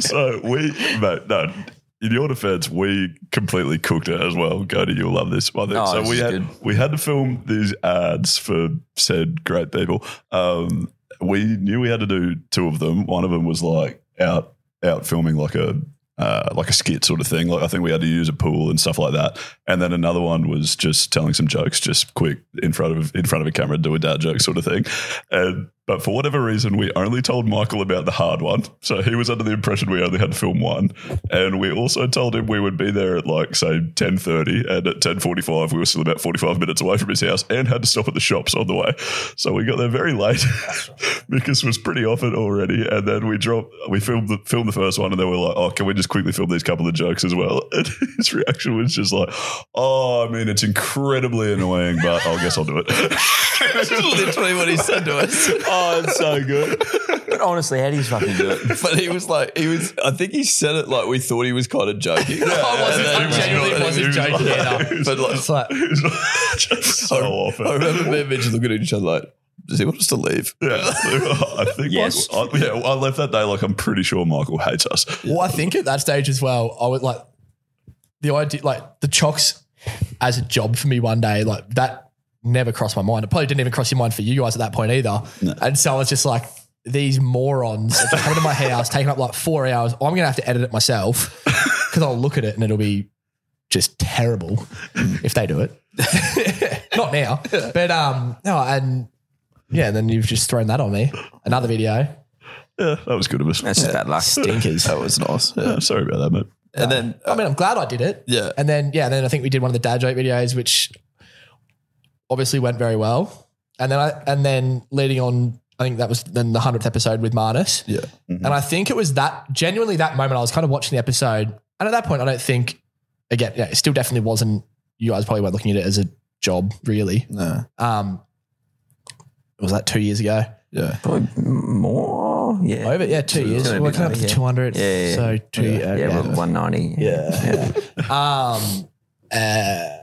so we, mate, no. In your defense, we completely cooked it as well. Cody, you'll love this. I think.
Oh,
so
this
we
is
had
good.
we had to film these ads for said great people. Um, we knew we had to do two of them. One of them was like out out filming like a uh, like a skit sort of thing. Like I think we had to use a pool and stuff like that. And then another one was just telling some jokes, just quick in front of in front of a camera, do a dad joke sort of thing. And but for whatever reason, we only told Michael about the hard one. So he was under the impression we only had to film one. And we also told him we would be there at like say ten thirty, and at ten forty five we were still about forty five minutes away from his house, and had to stop at the shops on the way. So we got there very late. *laughs* Mikus was pretty off it already, and then we dropped. We filmed the filmed the first one, and then we're like, "Oh, can we just quickly film these couple of jokes as well?" *laughs* And his reaction was just like, "Oh, I mean, it's incredibly annoying, but I guess I'll do it."
that's *laughs* literally what he said to
*laughs*
us.
oh, it's so good.
But honestly, how do you fucking do *laughs* it?
But he was like, he was. I think he said it like we thought he was kind of joking.
I wasn't. I genuinely wasn't joking. enough.
But like,
It's like
It was just *laughs* so off it.
I remember me and Mitch looking at each other like, does he want us to leave?
Yeah, *laughs* I think
Yes.
Michael, I, yeah, I left that day like I'm pretty sure Michael hates us.
Well, I think at that stage as well, I would like the idea, like the chocks as a job for me one day, like that never crossed my mind. It probably didn't even cross your mind for you guys at that point either. And so it's just like these morons are just coming to my house, taking up like four hours. I'm going to have to edit it myself because I'll look at it and it'll be just terrible if they do it. *laughs* Not now, but um, no, and yeah, then you've just thrown that on me. Another video.
Yeah, that was good of us.
That's just bad luck.
Stinkers.
That was nice. Yeah.
Yeah, sorry about that, mate.
And then uh,
I mean, I'm glad I did it.
Yeah.
And then, yeah, then I think we did one of the dad joke videos, which obviously went very well. And then I, and then leading on, I think that was then the hundredth episode with Marnus.
yeah,
Mm-hmm.
And I think it was that genuinely that moment I was kind of watching the episode. And at that point, I don't think again, yeah, it still definitely wasn't you guys probably weren't looking at it as a job really.
no,
Um, was that two years ago?
yeah.
Probably more. Yeah.
Over, yeah, two years.
gonna
We're
be
coming up to
yeah.
two hundred.
Yeah, yeah, yeah.
So two.
Yeah,
okay.
well, 190.
Yeah. um, uh,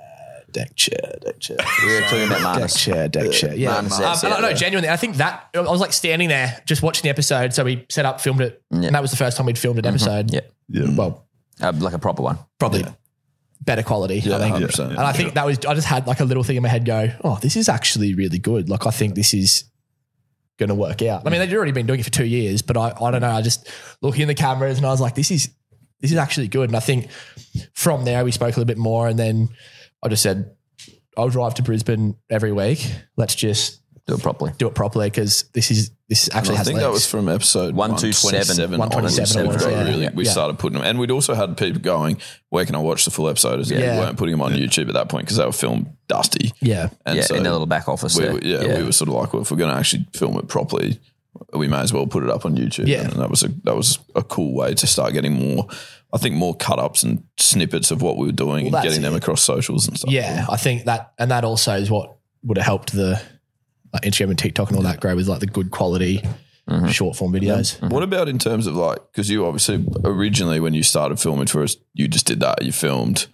deck chair, deck chair.
We were talking about
Deck
Marnus.
chair, deck chair. Yeah.
Marnus,
um,
that's
and I-
it,
no,
yeah.
genuinely, I think that I was like standing there just watching the episode. So we set up, filmed it, and that was the first time we'd filmed an episode.
Mm-hmm. Yeah.
Yeah,
Well,
Uh, like a proper one.
probably better quality. I think.
100%.
And I think that was I just had like a little thing in my head go, oh, this is actually really good. Like I think this is gonna work out. I mean, they'd already been doing it for two years, but I, I don't know. I just looking in the cameras and I was like, this is this is actually good. And I think from there we spoke a little bit more and then I just said, I'll drive to Brisbane every week. Let's just
Do it properly.
do it properly because this is this actually
I
has
think
legs.
that was from episode
127.
127 onwards.
127
We've got
onwards, yeah.
really, we
Yeah.
started putting them, and we'd also had people going, "Where can I watch the full episodes?" And
Yeah.
we weren't putting them on YouTube at that point because they were filmed dusty.
yeah.
And
yeah,
so
in a little back office.
we
there.
were, yeah, we were sort of like, well, if we're going to actually film it properly, we may as well put it up on YouTube.
Yeah.
and that was a that was a cool way to start getting more, I think, more cut ups and snippets of what we were doing
Well,
and
that's
getting them
it.
across socials and stuff.
Yeah, I think that, and that also is what would have helped the like Instagram and TikTok and all that grow was like the good quality short form videos.
What about in terms of like, because you obviously originally when you started filming for us, you just did that. You filmed,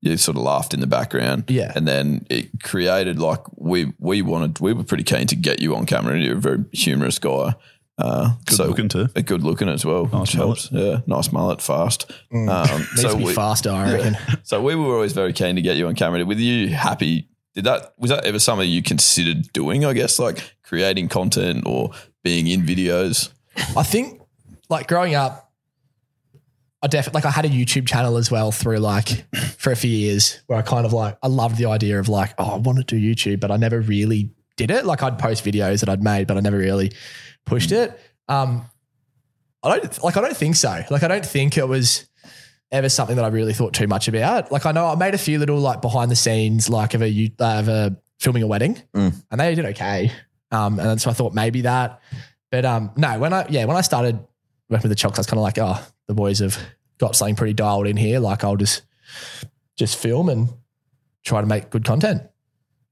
you sort of laughed in the background,
Yeah.
and then it created like we we wanted. We were pretty keen to get you on camera. You're a very humorous guy, uh,
good looking too.
a good looking as well. Nice helps. Yeah, nice mullet, fast. Um,
Needs
so
to be
we
faster, I reckon.
so we were always very keen to get you on camera. With you happy, did that was that ever something you considered doing? I guess like creating content or being in videos.
I think like growing up, I definitely like I had a YouTube channel as well through like for a few years where I kind of like I loved the idea of like oh I want to do YouTube but I never really did it like I'd post videos that I'd made but I never really pushed it um I don't like I don't think so like I don't think it was ever something that I really thought too much about like I know I made a few little like behind the scenes like of a you- uh, of a filming a wedding and they did okay um and so I thought maybe that but um no when I yeah when I started working with the chocks I was kind of like oh the boys have got something pretty dialed in here. Like I'll just just film and try to make good content.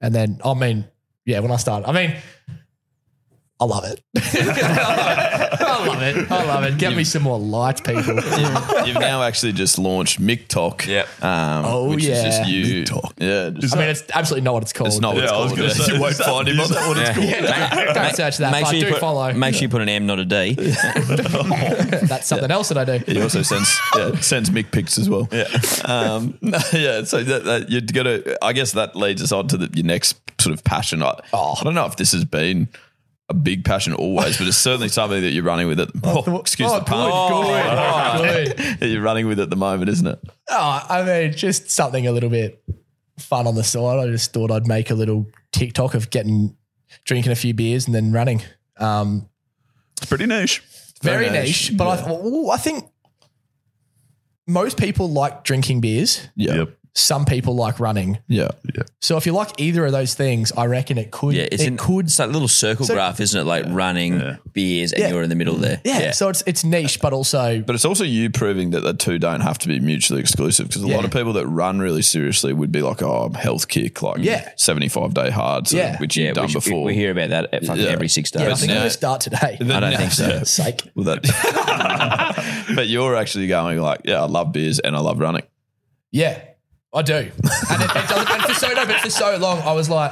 And then I mean, yeah, when I start, I mean, I love it. *laughs* I love it. I love it. Get me some more lights, people.
*laughs* You've now actually just launched MikTok.
Yep.
Um,
Oh,
which Is
yeah.
just you. Yeah. Just,
I mean, it's absolutely not what it's called.
it's not what it's
I was
called.
gonna
yeah.
say,
*laughs* you won't
is that-
find him.
is
on
that
that
what it's
Yeah.
*laughs*
called?
don't, don't search that.
make
but
sure you
do
put,
follow.
Make sure you put an M, not a
*laughs*
D.
That's something else that I do.
He also sends yeah, sends mic pics as well. Yeah, um, *laughs* no, yeah. So that, that you'd go to. I guess that leads us on to the, your next sort of passion. I,
Oh.
I don't know if this has been a big passion always, but it's certainly something that you're running with at. Oh, excuse
Oh,
the
good,
pun.
good,
Oh, *laughs*
good.
that you're running with at the moment, isn't it?
Oh, I mean, just something a little bit fun on the side. I just thought I'd make a little TikTok of getting drinking a few beers and then running. Um,
It's pretty niche.
very,
Very
niche,
niche,
but I, ooh, I think most people like drinking beers.
Yeah,
Yep.
Some people like running.
yeah.
So if you like either of those things, I reckon it could.
Yeah, it's
it
in,
could.
It's that little circle graph, isn't it? Like running beers, and
Yeah.
you're in the middle there.
Yeah, So it's it's niche, but also
But it's also you proving that the two don't have to be mutually exclusive because a lot
Yeah.
of people that run really seriously would be like, oh, I'm health kick, like
Yeah.
75 day hard, so,
Yeah.
which you've
yeah.
done
which we-
before.
we hear about that at fucking
Yeah.
every six days.
yeah, I *laughs* think I'm
now-
gonna start today.
I don't
think so.
*laughs* Sake.
Well, that, but you're actually going like, yeah, I love beers and I love running.
Yeah, I do. And, it, it doesn't, and for so no, but for so long, I was like,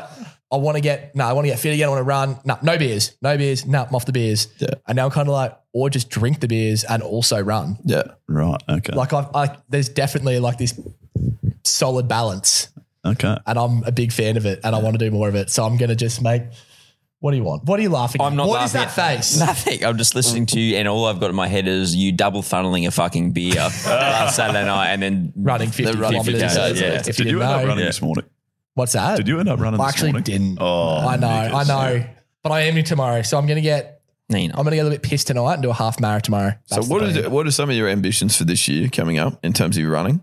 I want to get no, I want to get fit again. I want to run. No, no beers, no beers. No, I'm off the beers.
Yeah.
And now I'm kind of like, or just drink the beers and also run.
Yeah.
Right. Okay.
Like I've, I, there's definitely like this solid balance,
okay.
and I'm a big fan of it, and I want to do more of it. So I'm gonna just make. What do you want? What are you laughing? at?
I'm not
What is
laughing
that face?
Nothing. I'm just listening to you, and all I've got in my head is you double funneling a fucking beer
*laughs*
last Saturday night, and then
Running
the
50
running
kilometers.
kilometers,
Yeah.
yeah.
If you
Did you
didn't
end up
know,
running this morning?
what's that?
Did you end up running
I
this
actually
morning?
didn't.
Oh,
I know, I
Lucas.
know, but I am tomorrow, so I'm gonna get
You know.
I'm gonna get a little bit pissed tonight and do a half marathon tomorrow.
So
That's
what
the
is
plan.
it, what are some of your ambitions for this year coming up in terms of your running?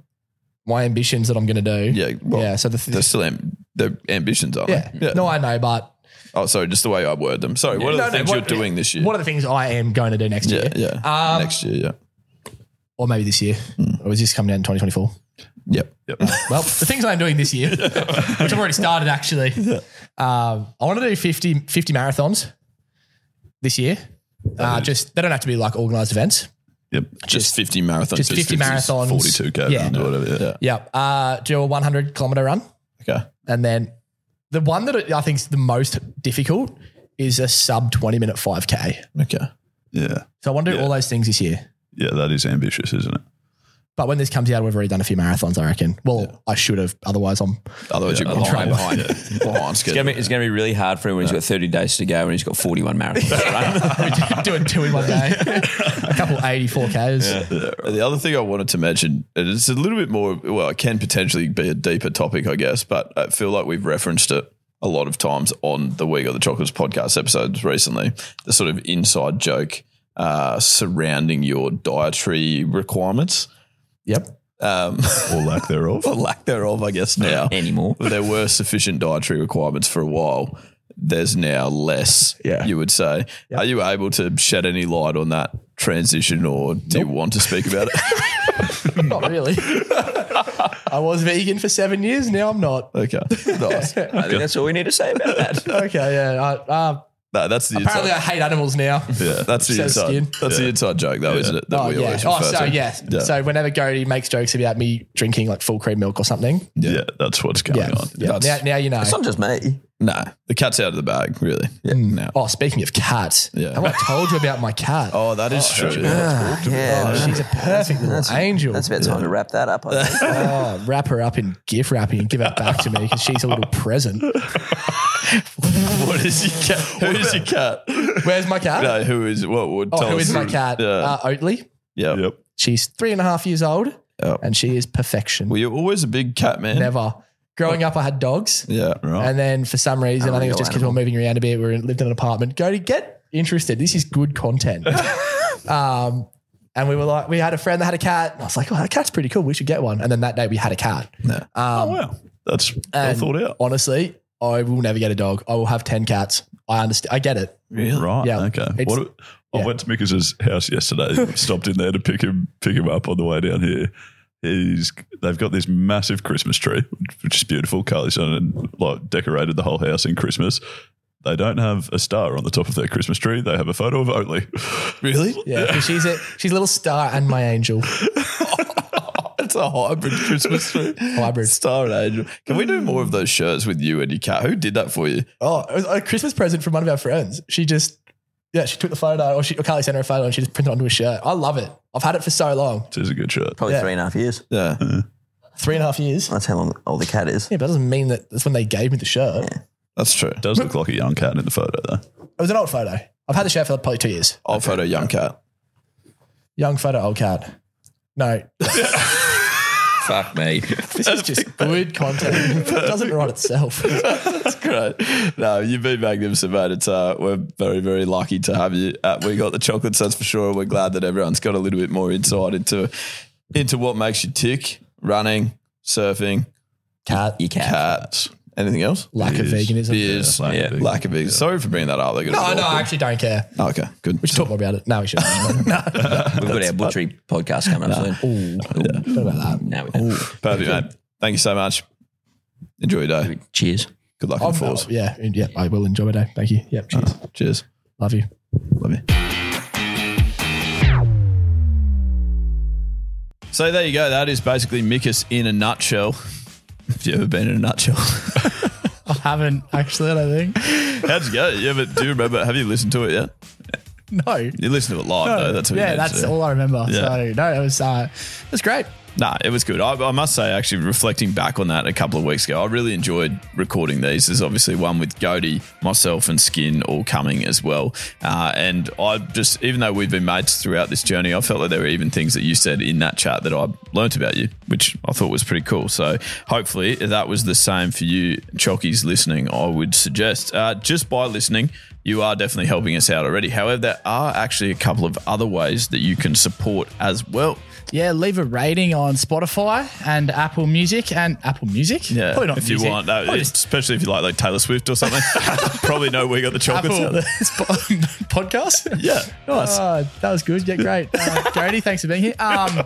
My ambitions that I'm gonna do.
Yeah. Well,
yeah. So the th-
They're still am- they're ambitions, aren't
yeah.
they?
No, I know, but
Oh, sorry. Just the way I word them. Sorry. What are
No,
the
no,
things
what-
you're doing this year?
what are the things I am going to do next
yeah.
year?
Yeah.
Um,
Next Hmm. year. Yeah.
Or maybe this year. Or is this coming out in 2024?
Yep.
Well, the things I'm
*laughs*
doing this year, which I've already started actually. Um, I want to do 50, 50 marathons this year. Uh, just they don't have to be like organized events.
Yep.
Just 50 marathons.
Just 50 marathons.
42K.
Yeah.
Yeah. Whatever.
Yeah. Uh, do a 100 kilometer run.
Yeah. Okay.
And then the one that I think is the most difficult is a sub 20 minute 5K.
Okay.
Yeah. Yeah.
So I want to do
Yeah.
all those things this year.
Yeah. That is ambitious, isn't it?
But when this comes out, we've already done a few marathons, I reckon. Well, I should have. Otherwise, I'm. *laughs*
Otherwise you're behind. *laughs*
trying
behind, behind
It's gonna,
schedule.
be, it's gonna be really hard for him when he's got 30 days to go and he's got 41 marathons. *laughs* Right?
doing two in one day. a couple 84Ks.
The other thing I wanted to mention, and it's a little bit more, well, it can potentially be a deeper topic, I guess, but I feel like we've referenced it a lot of times on the We Got the Chocolates podcast episodes recently. The sort of inside joke uh, surrounding your dietary requirements
Yep.
Or lack
*laughs*
thereof.
or lack thereof, I guess, now.
Anymore.
There were sufficient dietary requirements for a while. There's now less,
Yeah.
you would say. Are you able to shed any light on that transition or do you want to speak about it? *laughs*
Not really. I was vegan for seven years. Now I'm not.
Okay. Nice.
I think that's all we need to say about that.
*laughs* Okay. Yeah. I, uh,
No, that's the
apparently, I
inside.
hate animals now.
Yeah, that's the
Says
inside.
skin.
That's the inside joke, though, isn't it? That
Oh,
we
yeah.
always
Oh,
refer
so
to.
yeah. So whenever Gody makes jokes about me drinking like full cream milk or something,
Yeah. That's what's going
yeah,
on.
yeah. Now, now you know.
It's not just me.
Nah, the cat's out of the bag, really. Yeah. No.
Oh, speaking of cats,
Yeah.
have I told you about my cat?
*laughs* Oh, that is true.
Ah.
Yeah.
She's a perfect little angel.
about time to wrap that up.
*laughs*
I think.
Oh, wrap her up in gift wrapping and give it back to me because she's a little present.
*laughs* What is your cat? Who is *laughs* your cat?
Where's my cat?
No, who is what? Would
oh,
tell
who
us
is my
who-
cat?
Yeah.
Uh, Oatly.
yeah.
Yep.
She's three and a half years old
Oh.
and she is perfection.
Well, you're always a big cat man.
Never. Growing up, I had dogs.
Yeah, right.
And then for some reason, I think it was just because we were moving around a bit. We were in, lived in an apartment. Go to get interested. This is
*laughs*
good content. um, and we were like, we had a friend that had a cat. And I was like, oh, that cat's pretty cool. We should get one. And then that day we had a cat.
Yeah.
Um,
Oh, Wow, that's well
and
thought out.
Honestly, I will never get a dog. I will have 10 cats. I understand. I get it.
Really?
Right.
Yeah.
Okay.
It's-
What, I
yeah.
went to Mikkels's house yesterday. *laughs* stopped in there to pick him pick him up on the way down here. He's they've got this massive Christmas tree, which is beautiful. Carly's done and like decorated the whole house in Christmas. They don't have a star on the top of their Christmas tree. They have a photo of Oatley.
Really?
Yeah. 'cause She's a, she's a little star and my
*laughs*
angel
It's a hybrid Christmas tree.
hybrid.
Star and Angel. Can we do
Mm.
more of those shirts with you and your cat? Who did that for you?
Oh, it was a Christmas present from one of our friends. She just, yeah, she took the photo or, she, or Carly sent her a photo and she just printed it onto a shirt. I love it. I've had it for so long
It is a good shirt.
Probably
Yeah.
three and a half years.
Yeah.
three and a half years.
That's how long old the cat is.
Yeah, but that doesn't mean that that's when they gave me the shirt.
That's true.
Does look like a young cat in the photo though.
It was an old photo. I've had the shirt for probably two years.
Old photo, young cat.
Young photo, old cat. No,
*laughs*
*laughs*
Fuck me.
this is just good content. *laughs* It doesn't
*laughs*
write itself.
That's great. No, you've been magnificent, mate. It's uh, we're very, very lucky to have you. Uh, we got the chocolates, that's for sure. We're glad that everyone's got a little bit more insight into into what makes you tick: running, surfing,
Cat.
You cat.
cats, anything else?
Lack of veganism.
Beers,
Yeah, lack of
yeah,
vegan-
lack of vegan. Sorry for bringing that up. They're gonna
No,
be
no, I
awkward.
actually don't care.
Oh, okay, good.
We should talk more about it.
*laughs*
No, we should. no,
We've got our butchery podcast coming up soon.
what about that?
Now we don't.
Perfect, mate. Thank you so much. Enjoy your day.
Cheers.
Good luck in
I'm,
the fours.
yeah, yeah, I will enjoy my day. Thank you.
Uh.
Yep, cheers.
Cheers.
Love you.
Love you. So there you go. That is basically Mikus in a nutshell. *laughs* Have you ever been in a
*laughs*
nutshell?
I haven't actually. I don't think.
How'd you go? Yeah, but do you remember? Have you listened to it yet?
No.
You listened to it live, though. That's what you
yeah,
meant
that's
to.
all I remember.
Yeah.
So no, it was uh, it was great.
Nah, it was good. I, I must say, actually, reflecting back on that a couple of weeks ago, I really enjoyed recording these. There's obviously one with Goaty, myself, and Skin all coming as well. Uh, and I just, even though we've been mates throughout this journey, I felt that there were even things that you said in that chat that I learnt about you, which I thought was pretty cool. So hopefully that was the same for you, Chockies, listening. I would suggest uh, just by listening, you are definitely helping us out already. However, there are actually a couple of other ways that you can support as well.
Yeah, leave a rating on Spotify and Apple Music and Apple Music.
Yeah,
probably not
if
music.
you want, no,
Probably just
especially if you like like Taylor Swift
*laughs*
or something. Probably know we got the chocolates.
Apple *laughs*
Out there.
Sp- *laughs* podcast.
*laughs* Yeah, nice.
Oh, that was good. Yeah, great. Uh,
*laughs*
Grady, thanks for being here. Um,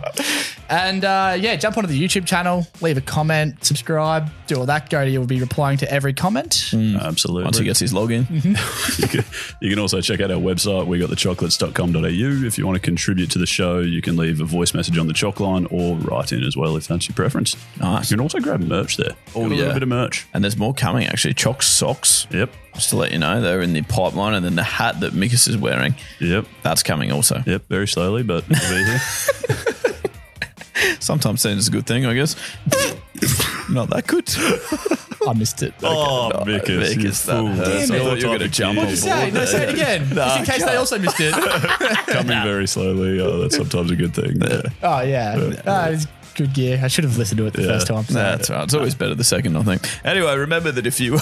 and uh, yeah, jump onto the YouTube channel, leave a comment, subscribe, do all that. Grady will be replying to every comment.
Mm.
Absolutely.
Once he gets his login,
Mm-hmm.
you, can, *laughs* you can also check out our website, wegotthechocolates.com.au. If you want to contribute to the show, you can leave a voice message on the chalk line or write in as well if that's your preference.
Nice.
You can also grab merch there.
Oh,
Got a
yeah.
little bit of merch.
and there's more coming actually. Choc socks.
Yep.
Just to let you know, they're in the pipeline, and then the hat that Mikus is wearing,
Yep.
that's coming also.
Yep. Very slowly, but we'll be here.
*laughs* Sometimes seen as a good thing,
*laughs*
I guess. Not that good.
I missed it.
oh,
*laughs* Mikus, you that hurts. I
All
thought you
type
were going to
of
jump on
kids.
board
Say, no,
there.
say it again, just in case they also missed
*laughs*
it. *laughs*
Coming very slowly. Oh, that's sometimes a good thing.
Oh yeah, Ah, it's good gear. I should have listened to it the first time. So.
Nah, That's right. It's always better the second, I think. Anyway, remember that if you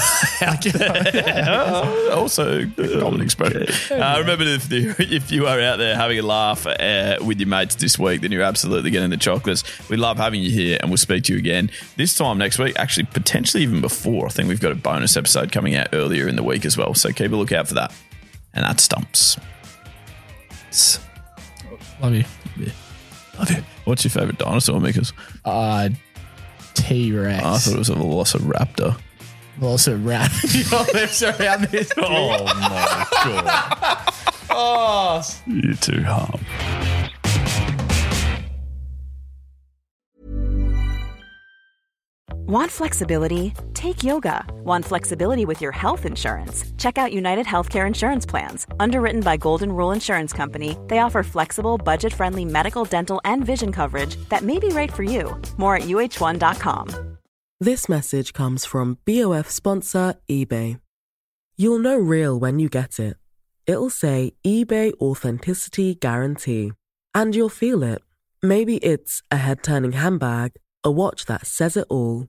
*laughs* also a common expression. Uh, remember that if you, *laughs* if you are out there having a laugh uh, with your mates this week, then you're absolutely getting the chocolates. We love having you here, and we'll speak to you again this time next week. Actually, potentially even before. I think we've got a bonus episode coming out earlier in the week as well. So keep a lookout for that. And that stumps.
Love you.
Love you. What's your favorite dinosaur, Mikas?
Uh, T
I thought
Rex.
it was a Velociraptor.
Also, rat.
*laughs*
Your lips around this.
Oh, my God.
*laughs* Oh.
You too, harm.
Want flexibility? Take yoga. Want flexibility with your health insurance? Check out United Healthcare Insurance Plans. Underwritten by Golden Rule Insurance Company, they offer flexible, budget friendly medical, dental, and vision coverage that may be right for you. More at uh1.com.
*laughs*
This message comes from BOF sponsor eBay. You'll know real when you get it. It'll say eBay Authenticity Guarantee. And you'll feel it.
Maybe it's a head turning handbag, a watch that says it all,